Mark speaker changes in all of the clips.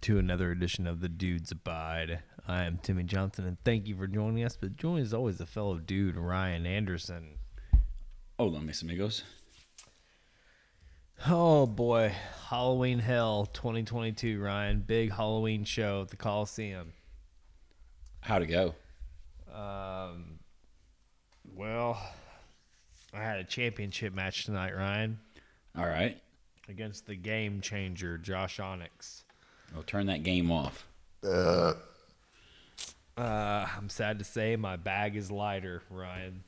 Speaker 1: to another edition of The Dudes Abide. I am Timmy Johnson, and thank you for joining us. But joining as always the fellow dude, Ryan Anderson.
Speaker 2: Hola, mis amigos.
Speaker 1: Oh boy, Halloween Hell 2022, Ryan. Big Halloween show at the Coliseum.
Speaker 2: How'd it go?
Speaker 1: Um, well, I had a championship match tonight, Ryan,
Speaker 2: All right.
Speaker 1: against the game changer, Josh Onyx.
Speaker 2: Well, turn that game off.
Speaker 1: Uh, I'm sad to say my bag is lighter, Ryan.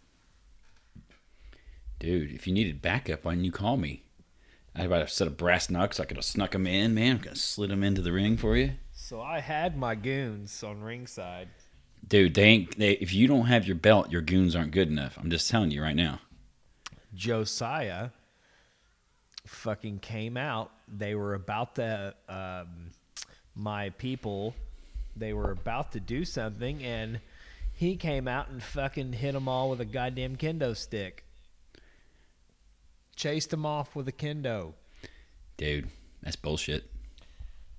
Speaker 2: Dude, if you needed backup, why didn't you call me? I had about a set of brass knucks. I could have snuck them in, man. I could have slid them into the ring for you.
Speaker 1: So I had my goons on ringside.
Speaker 2: Dude, they ain't. They, if you don't have your belt, your goons aren't good enough. I'm just telling you right now.
Speaker 1: Josiah fucking came out. They were about to, um, my people, they were about to do something, and he came out and fucking hit them all with a goddamn kendo stick. Chased them off with a kendo.
Speaker 2: Dude, that's bullshit.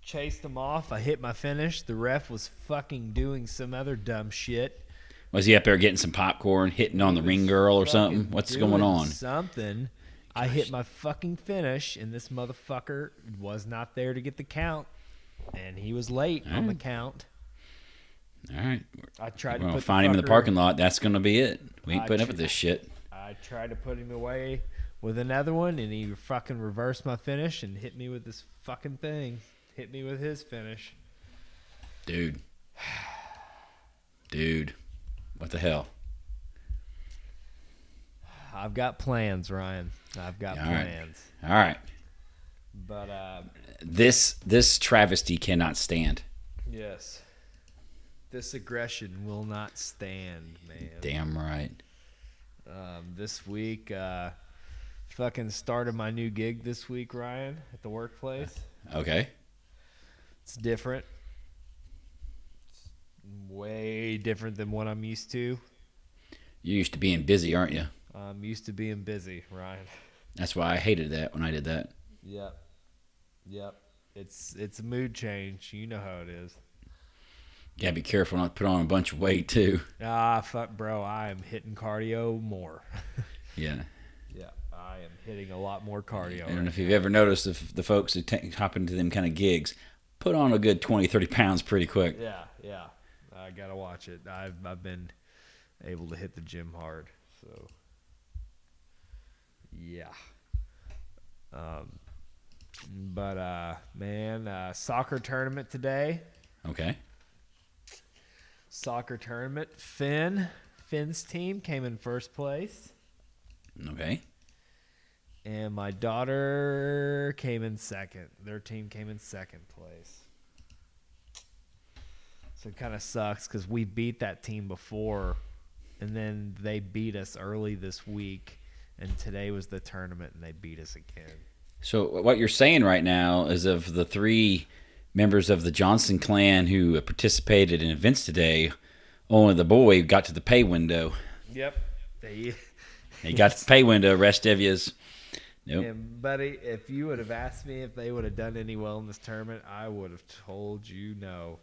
Speaker 1: Chased them off. I hit my finish. The ref was fucking doing some other dumb shit.
Speaker 2: Was he up there getting some popcorn, hitting on the ring girl or something?
Speaker 1: fucking
Speaker 2: What's
Speaker 1: doing
Speaker 2: going on?
Speaker 1: Something. I hit my fucking finish, and this motherfucker was not there to get the count, and he was late on the count.
Speaker 2: All right,
Speaker 1: I tried
Speaker 2: we're
Speaker 1: to
Speaker 2: gonna
Speaker 1: put
Speaker 2: find him in the
Speaker 1: fucker-
Speaker 2: parking lot. That's gonna be it. We
Speaker 1: I
Speaker 2: ain't putting up
Speaker 1: tr-
Speaker 2: with this shit.
Speaker 1: I tried to put him away with another one, and he fucking reversed my finish and hit me with this fucking thing. Hit me with his finish.
Speaker 2: Dude. Dude. What the hell?
Speaker 1: I've got plans, Ryan. I've got
Speaker 2: All right.
Speaker 1: plans,
Speaker 2: All right.
Speaker 1: but uh,
Speaker 2: This this travesty cannot stand.
Speaker 1: yes, this aggression will not stand, man.
Speaker 2: Damn right.
Speaker 1: um, this week. Uh, fucking started my new gig this week, Ryan, at the workplace.
Speaker 2: Okay.
Speaker 1: It's different, It's way different than what I'm used to.
Speaker 2: You're used to being busy, aren't you?
Speaker 1: I'm used to being busy, Ryan.
Speaker 2: That's why I hated that when I did that.
Speaker 1: Yep, yep. It's it's a mood change. You know how it is.
Speaker 2: You gotta be careful not to put on a bunch of weight too.
Speaker 1: Ah, fuck, bro. I am hitting cardio more.
Speaker 2: Yeah.
Speaker 1: yeah, I am hitting a lot more
Speaker 2: I
Speaker 1: cardio.
Speaker 2: don't know if you've ever noticed the, the folks who t- hop into them kind of gigs put on a good 20, 30 pounds pretty quick.
Speaker 1: Yeah, yeah. I gotta watch it. I've I've been able to hit the gym hard, so yeah. Um, but uh, man, uh, soccer tournament today.
Speaker 2: Okay.
Speaker 1: Soccer tournament. Finn, Finn's team came in first place,
Speaker 2: Okay.
Speaker 1: and my daughter came in second. Their team came in second place. So it kind of sucks because we beat that team before, and then they beat us early this week, and today was the tournament, and they beat us again.
Speaker 2: So what you're saying right now is of the three members of the Johnson clan who participated in events today, only the boy got to the pay window.
Speaker 1: Yep. They,
Speaker 2: He got to the pay window. Rest of yous, nope.
Speaker 1: and buddy, if you would have asked me if they would have done any well in this tournament, I would have told you no.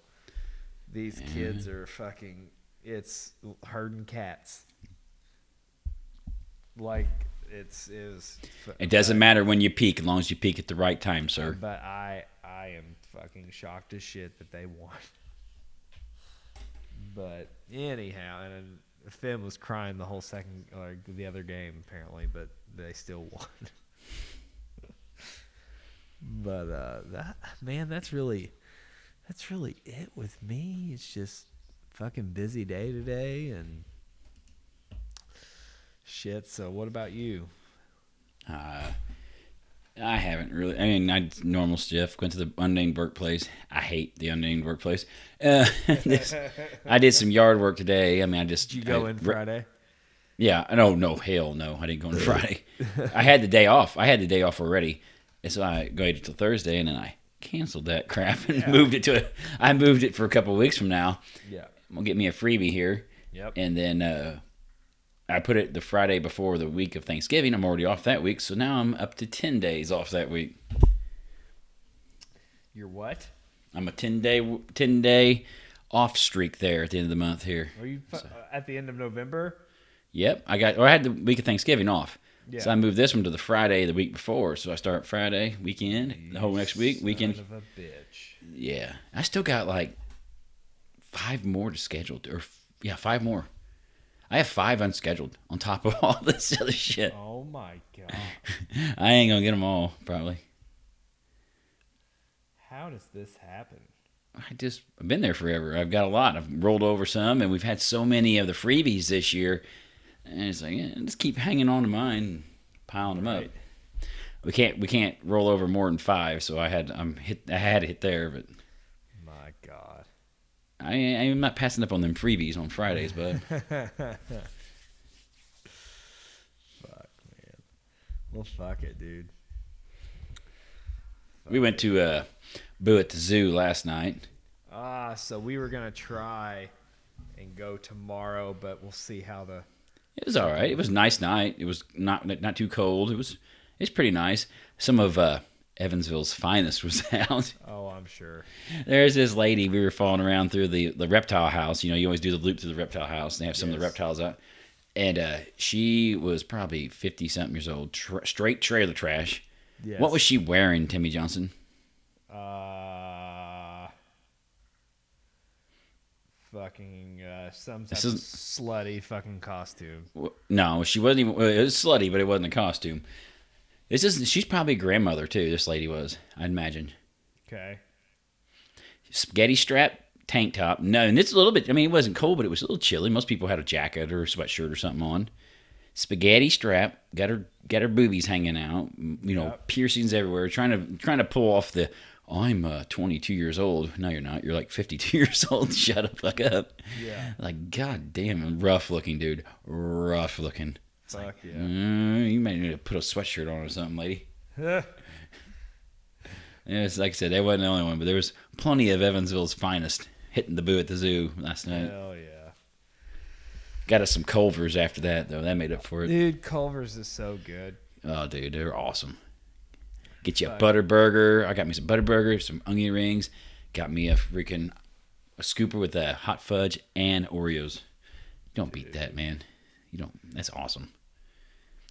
Speaker 1: These kids are fucking. It's herding cats. Like it's is.
Speaker 2: It doesn't matter when you peak, as long as you peak at the right time, sir.
Speaker 1: But I I am fucking shocked as shit that they won. But anyhow, and then Finn was crying the whole second like the other game apparently, but they still won. but uh that man, that's really that's really it with me. It's just fucking busy day today and shit. So what about you?
Speaker 2: Uh, I haven't really. I mean, I did normal stuff. Went to the unnamed workplace. I hate the unnamed workplace. Uh, this- I did some yard work today. I mean, I just
Speaker 1: Did you go
Speaker 2: I-
Speaker 1: in
Speaker 2: re-
Speaker 1: Friday?
Speaker 2: Yeah, no, no, hell no. I didn't go on Friday. I had the day off. I had the day off already. And so I waited till Thursday and then I canceled that crap and moved it to a, I moved it for a couple of weeks from now.
Speaker 1: Yeah.
Speaker 2: I'm gonna get me a freebie here.
Speaker 1: Yep.
Speaker 2: And then uh, I put it the Friday before the week of Thanksgiving. I'm already off that week, so now I'm up to ten days off that week.
Speaker 1: Your what?
Speaker 2: I'm a ten day ten day off streak there at the end of the month here.
Speaker 1: Are you fu- at the end of November?
Speaker 2: Yep, I got. Or I had the week of Thanksgiving off,
Speaker 1: Yeah.
Speaker 2: so I moved this one to the Friday the week before. So I start Friday weekend, the whole next week weekend.
Speaker 1: Son of a bitch.
Speaker 2: Yeah, I still got like five more to schedule, or f- yeah, five more. I have five unscheduled on top of all this other shit.
Speaker 1: Oh my god!
Speaker 2: I ain't gonna get them all probably.
Speaker 1: How does this happen?
Speaker 2: I just I've been there forever. I've got a lot. I've rolled over some, and we've had so many of the freebies this year. And it's like, eh, just keep hanging on to mine, and piling them up.
Speaker 1: Right.
Speaker 2: We can't we can't roll over more than five. So I had I'm hit I had it there, but
Speaker 1: My god.
Speaker 2: I I'm not passing up on them freebies on Fridays, but
Speaker 1: Fuck, man. Well, fuck it, dude.
Speaker 2: we went to uh, Boo at the zoo last night.
Speaker 1: Ah, so we were gonna try and go tomorrow, but we'll see how the.
Speaker 2: It was all right. It was a nice night. It was not not too cold. It was it's pretty nice. Some of uh, Evansville's finest was out.
Speaker 1: Oh, I'm sure.
Speaker 2: There's this lady we were following around through the, the reptile house. You know, you always do the loop through the reptile house, and they have some of the
Speaker 1: Yes.
Speaker 2: reptiles out. And uh, she was probably fifty something years old, tr straight trailer trash.
Speaker 1: Yes.
Speaker 2: What was she wearing, Timmy Johnson?
Speaker 1: Uh, fucking uh, some type
Speaker 2: This
Speaker 1: of
Speaker 2: is-
Speaker 1: slutty fucking costume.
Speaker 2: W- No, she wasn't even. well, It was slutty, but it wasn't a costume. This is. She's probably a grandmother too. This lady was, I'd imagine.
Speaker 1: Okay.
Speaker 2: spaghetti strap tank top. No, and it's a little bit. I mean, it wasn't cold, but it was a little chilly. Most people had a jacket or a sweatshirt or something on. Spaghetti strap. Got her. Got her boobies hanging out. m- You know,
Speaker 1: Yep.
Speaker 2: piercings everywhere. Trying to trying to pull off the. I'm uh, 22 years old. No, you're not. You're like 52 years old. Shut up, fuck up.
Speaker 1: Yeah.
Speaker 2: Like, god damn, rough looking dude. Rough looking.
Speaker 1: Fuck yeah.
Speaker 2: Mm, you might need to put a sweatshirt on or something, lady. Yeah, it's like I said, that wasn't the only one, but there was plenty of Evansville's finest hitting the boo at the zoo last night.
Speaker 1: Hell yeah.
Speaker 2: Got us some Culvers after that, though. That made up for it.
Speaker 1: Dude, Culver's is so good.
Speaker 2: Oh, dude, they're awesome. Get you a
Speaker 1: Fuck.
Speaker 2: butter burger. I got me some butter burger, some onion rings. Got me a freaking a scooper with a hot fudge and Oreos. Don't beat that, man. You don't. That's awesome.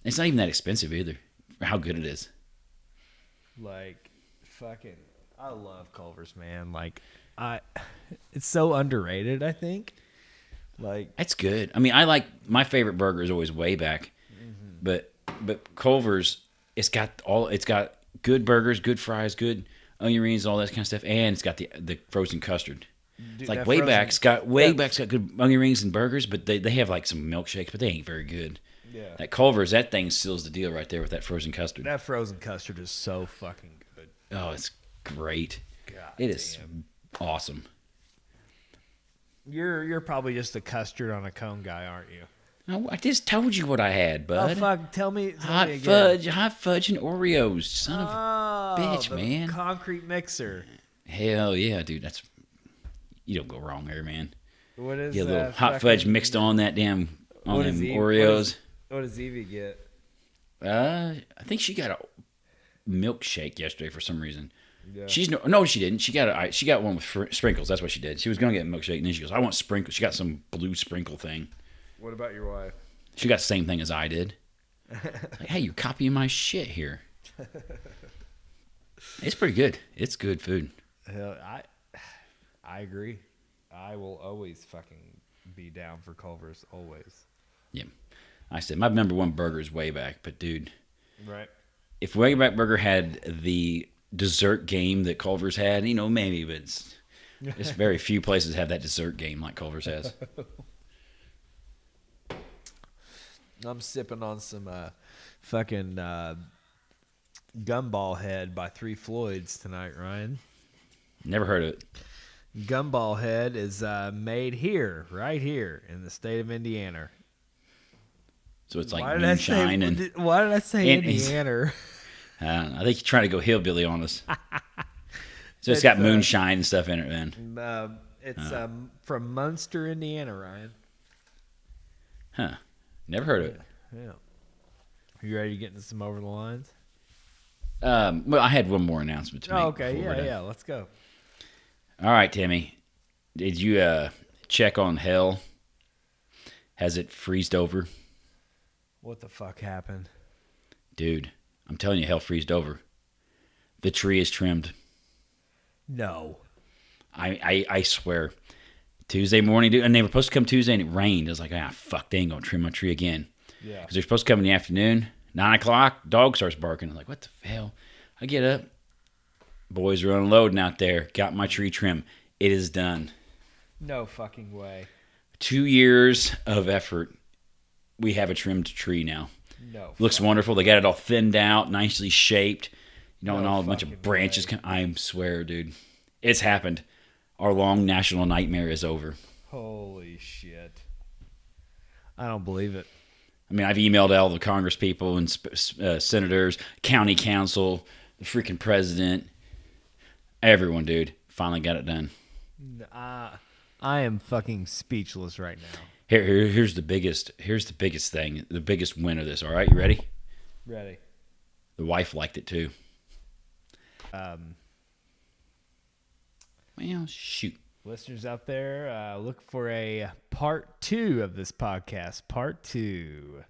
Speaker 2: It's not even that expensive either. For how good it is.
Speaker 1: Like, fucking, I love Culver's, man. Like, I, it's so underrated. I think. Like,
Speaker 2: That's good. I mean, I like my favorite burger is always way back, but but Culver's it's got all it's got good burgers, good fries, good onion rings, all that kind of stuff, and it's got the the frozen custard.
Speaker 1: Dude,
Speaker 2: It's like
Speaker 1: that
Speaker 2: way
Speaker 1: frozen-
Speaker 2: back's got way
Speaker 1: Yeah.
Speaker 2: back's got good onion rings and burgers, but they, they have like some milkshakes, but they ain't very good.
Speaker 1: yeah,
Speaker 2: That Culver's that thing seals the deal right there with that frozen custard.
Speaker 1: that frozen custard is so fucking good.
Speaker 2: oh, it's great.
Speaker 1: God,
Speaker 2: It is
Speaker 1: damn.
Speaker 2: awesome.
Speaker 1: You're you're probably just a custard on a cone guy, aren't you?
Speaker 2: I, I just told you what I had,
Speaker 1: Oh
Speaker 2: bud.
Speaker 1: fuck! Tell me, tell
Speaker 2: hot
Speaker 1: me again.
Speaker 2: fudge, hot fudge and Oreos. Son of a
Speaker 1: Oh,
Speaker 2: bitch,
Speaker 1: the
Speaker 2: man.
Speaker 1: Concrete mixer.
Speaker 2: Hell yeah, dude. That's you don't go wrong there, man.
Speaker 1: What is
Speaker 2: Get a little
Speaker 1: uh,
Speaker 2: hot fudge
Speaker 1: fucking-
Speaker 2: mixed on that damn on
Speaker 1: what
Speaker 2: them
Speaker 1: does Eve- what
Speaker 2: Oreos.
Speaker 1: does- What does Evie get?
Speaker 2: Uh, I think she got a milkshake yesterday for some reason.
Speaker 1: Yeah.
Speaker 2: She's no, no, she didn't. She got a, I- she got one with fr- sprinkles. That's what she did. She was gonna get a milkshake, and then she goes, "I want sprinkles." She got some blue sprinkle thing.
Speaker 1: What about your wife?
Speaker 2: She got the same thing as I did. like, hey, you copying my shit here? it's pretty good. It's good food.
Speaker 1: Hell, I I agree. I will always fucking be down for Culver's always.
Speaker 2: Yeah, I said my number one burger is way back, but dude.
Speaker 1: Right.
Speaker 2: if Wayback Burger had the dessert game that Culver's had, you know, maybe, but it's, it's very few places have that dessert game like Culver's has.
Speaker 1: I'm sipping on some uh, fucking uh, Gumball Head by Three Floyds tonight, Ryan.
Speaker 2: Never heard of it.
Speaker 1: Gumball Head is uh, made here, right here in the state of Indiana.
Speaker 2: So it's like
Speaker 1: why did I say?
Speaker 2: moonshine and
Speaker 1: why did I say
Speaker 2: and-
Speaker 1: Indiana?
Speaker 2: I, don't know, I think you're trying to go hillbilly on us. So it's got
Speaker 1: It's, uh,
Speaker 2: moonshine and stuff in it, man.
Speaker 1: Um, it's um, from Munster, Indiana, Ryan.
Speaker 2: Huh. Never heard of it.
Speaker 1: Yeah. You ready to get into some over the lines?
Speaker 2: Um, well, I had one more announcement to make.
Speaker 1: Oh, okay.
Speaker 2: before we're
Speaker 1: Yeah,
Speaker 2: done.
Speaker 1: yeah. Let's go.
Speaker 2: All right, Timmy. Did you uh, check on hell? Has it freezed over?
Speaker 1: What the fuck happened?
Speaker 2: Dude, I'm telling you, hell freezed over. The tree is trimmed.
Speaker 1: No.
Speaker 2: I, I, I swear. Tuesday morning, dude, and they were supposed to come Tuesday and it rained. I was like, ah, fuck, they ain't gonna trim my tree again.
Speaker 1: Yeah.
Speaker 2: Because they're supposed to come in the afternoon, nine o'clock, dog starts barking. I'm like, what the hell? I get up. Boys are unloading out there. Got my tree trim. It is done.
Speaker 1: No fucking way.
Speaker 2: Two years of effort. We have a trimmed tree now.
Speaker 1: No.
Speaker 2: Looks wonderful. They got it all thinned out, nicely shaped, you know, and
Speaker 1: No
Speaker 2: all a bunch
Speaker 1: Oh, fucking
Speaker 2: of branches.
Speaker 1: way.
Speaker 2: Come, I swear, dude, it's happened. Our long national nightmare is over.
Speaker 1: Holy shit. I don't believe it.
Speaker 2: I mean, I've emailed all the Congress people and sp- s- uh, senators, county council, the freaking president, everyone, dude. Finally got it done.
Speaker 1: Uh, I am fucking speechless right now.
Speaker 2: Here, here, here's the biggest. Here's the biggest thing. The biggest win of this. All right, you ready?
Speaker 1: Ready.
Speaker 2: The wife liked it too.
Speaker 1: Um,
Speaker 2: Well, shoot.
Speaker 1: listeners out there, uh, look for a part two of this podcast. Part two.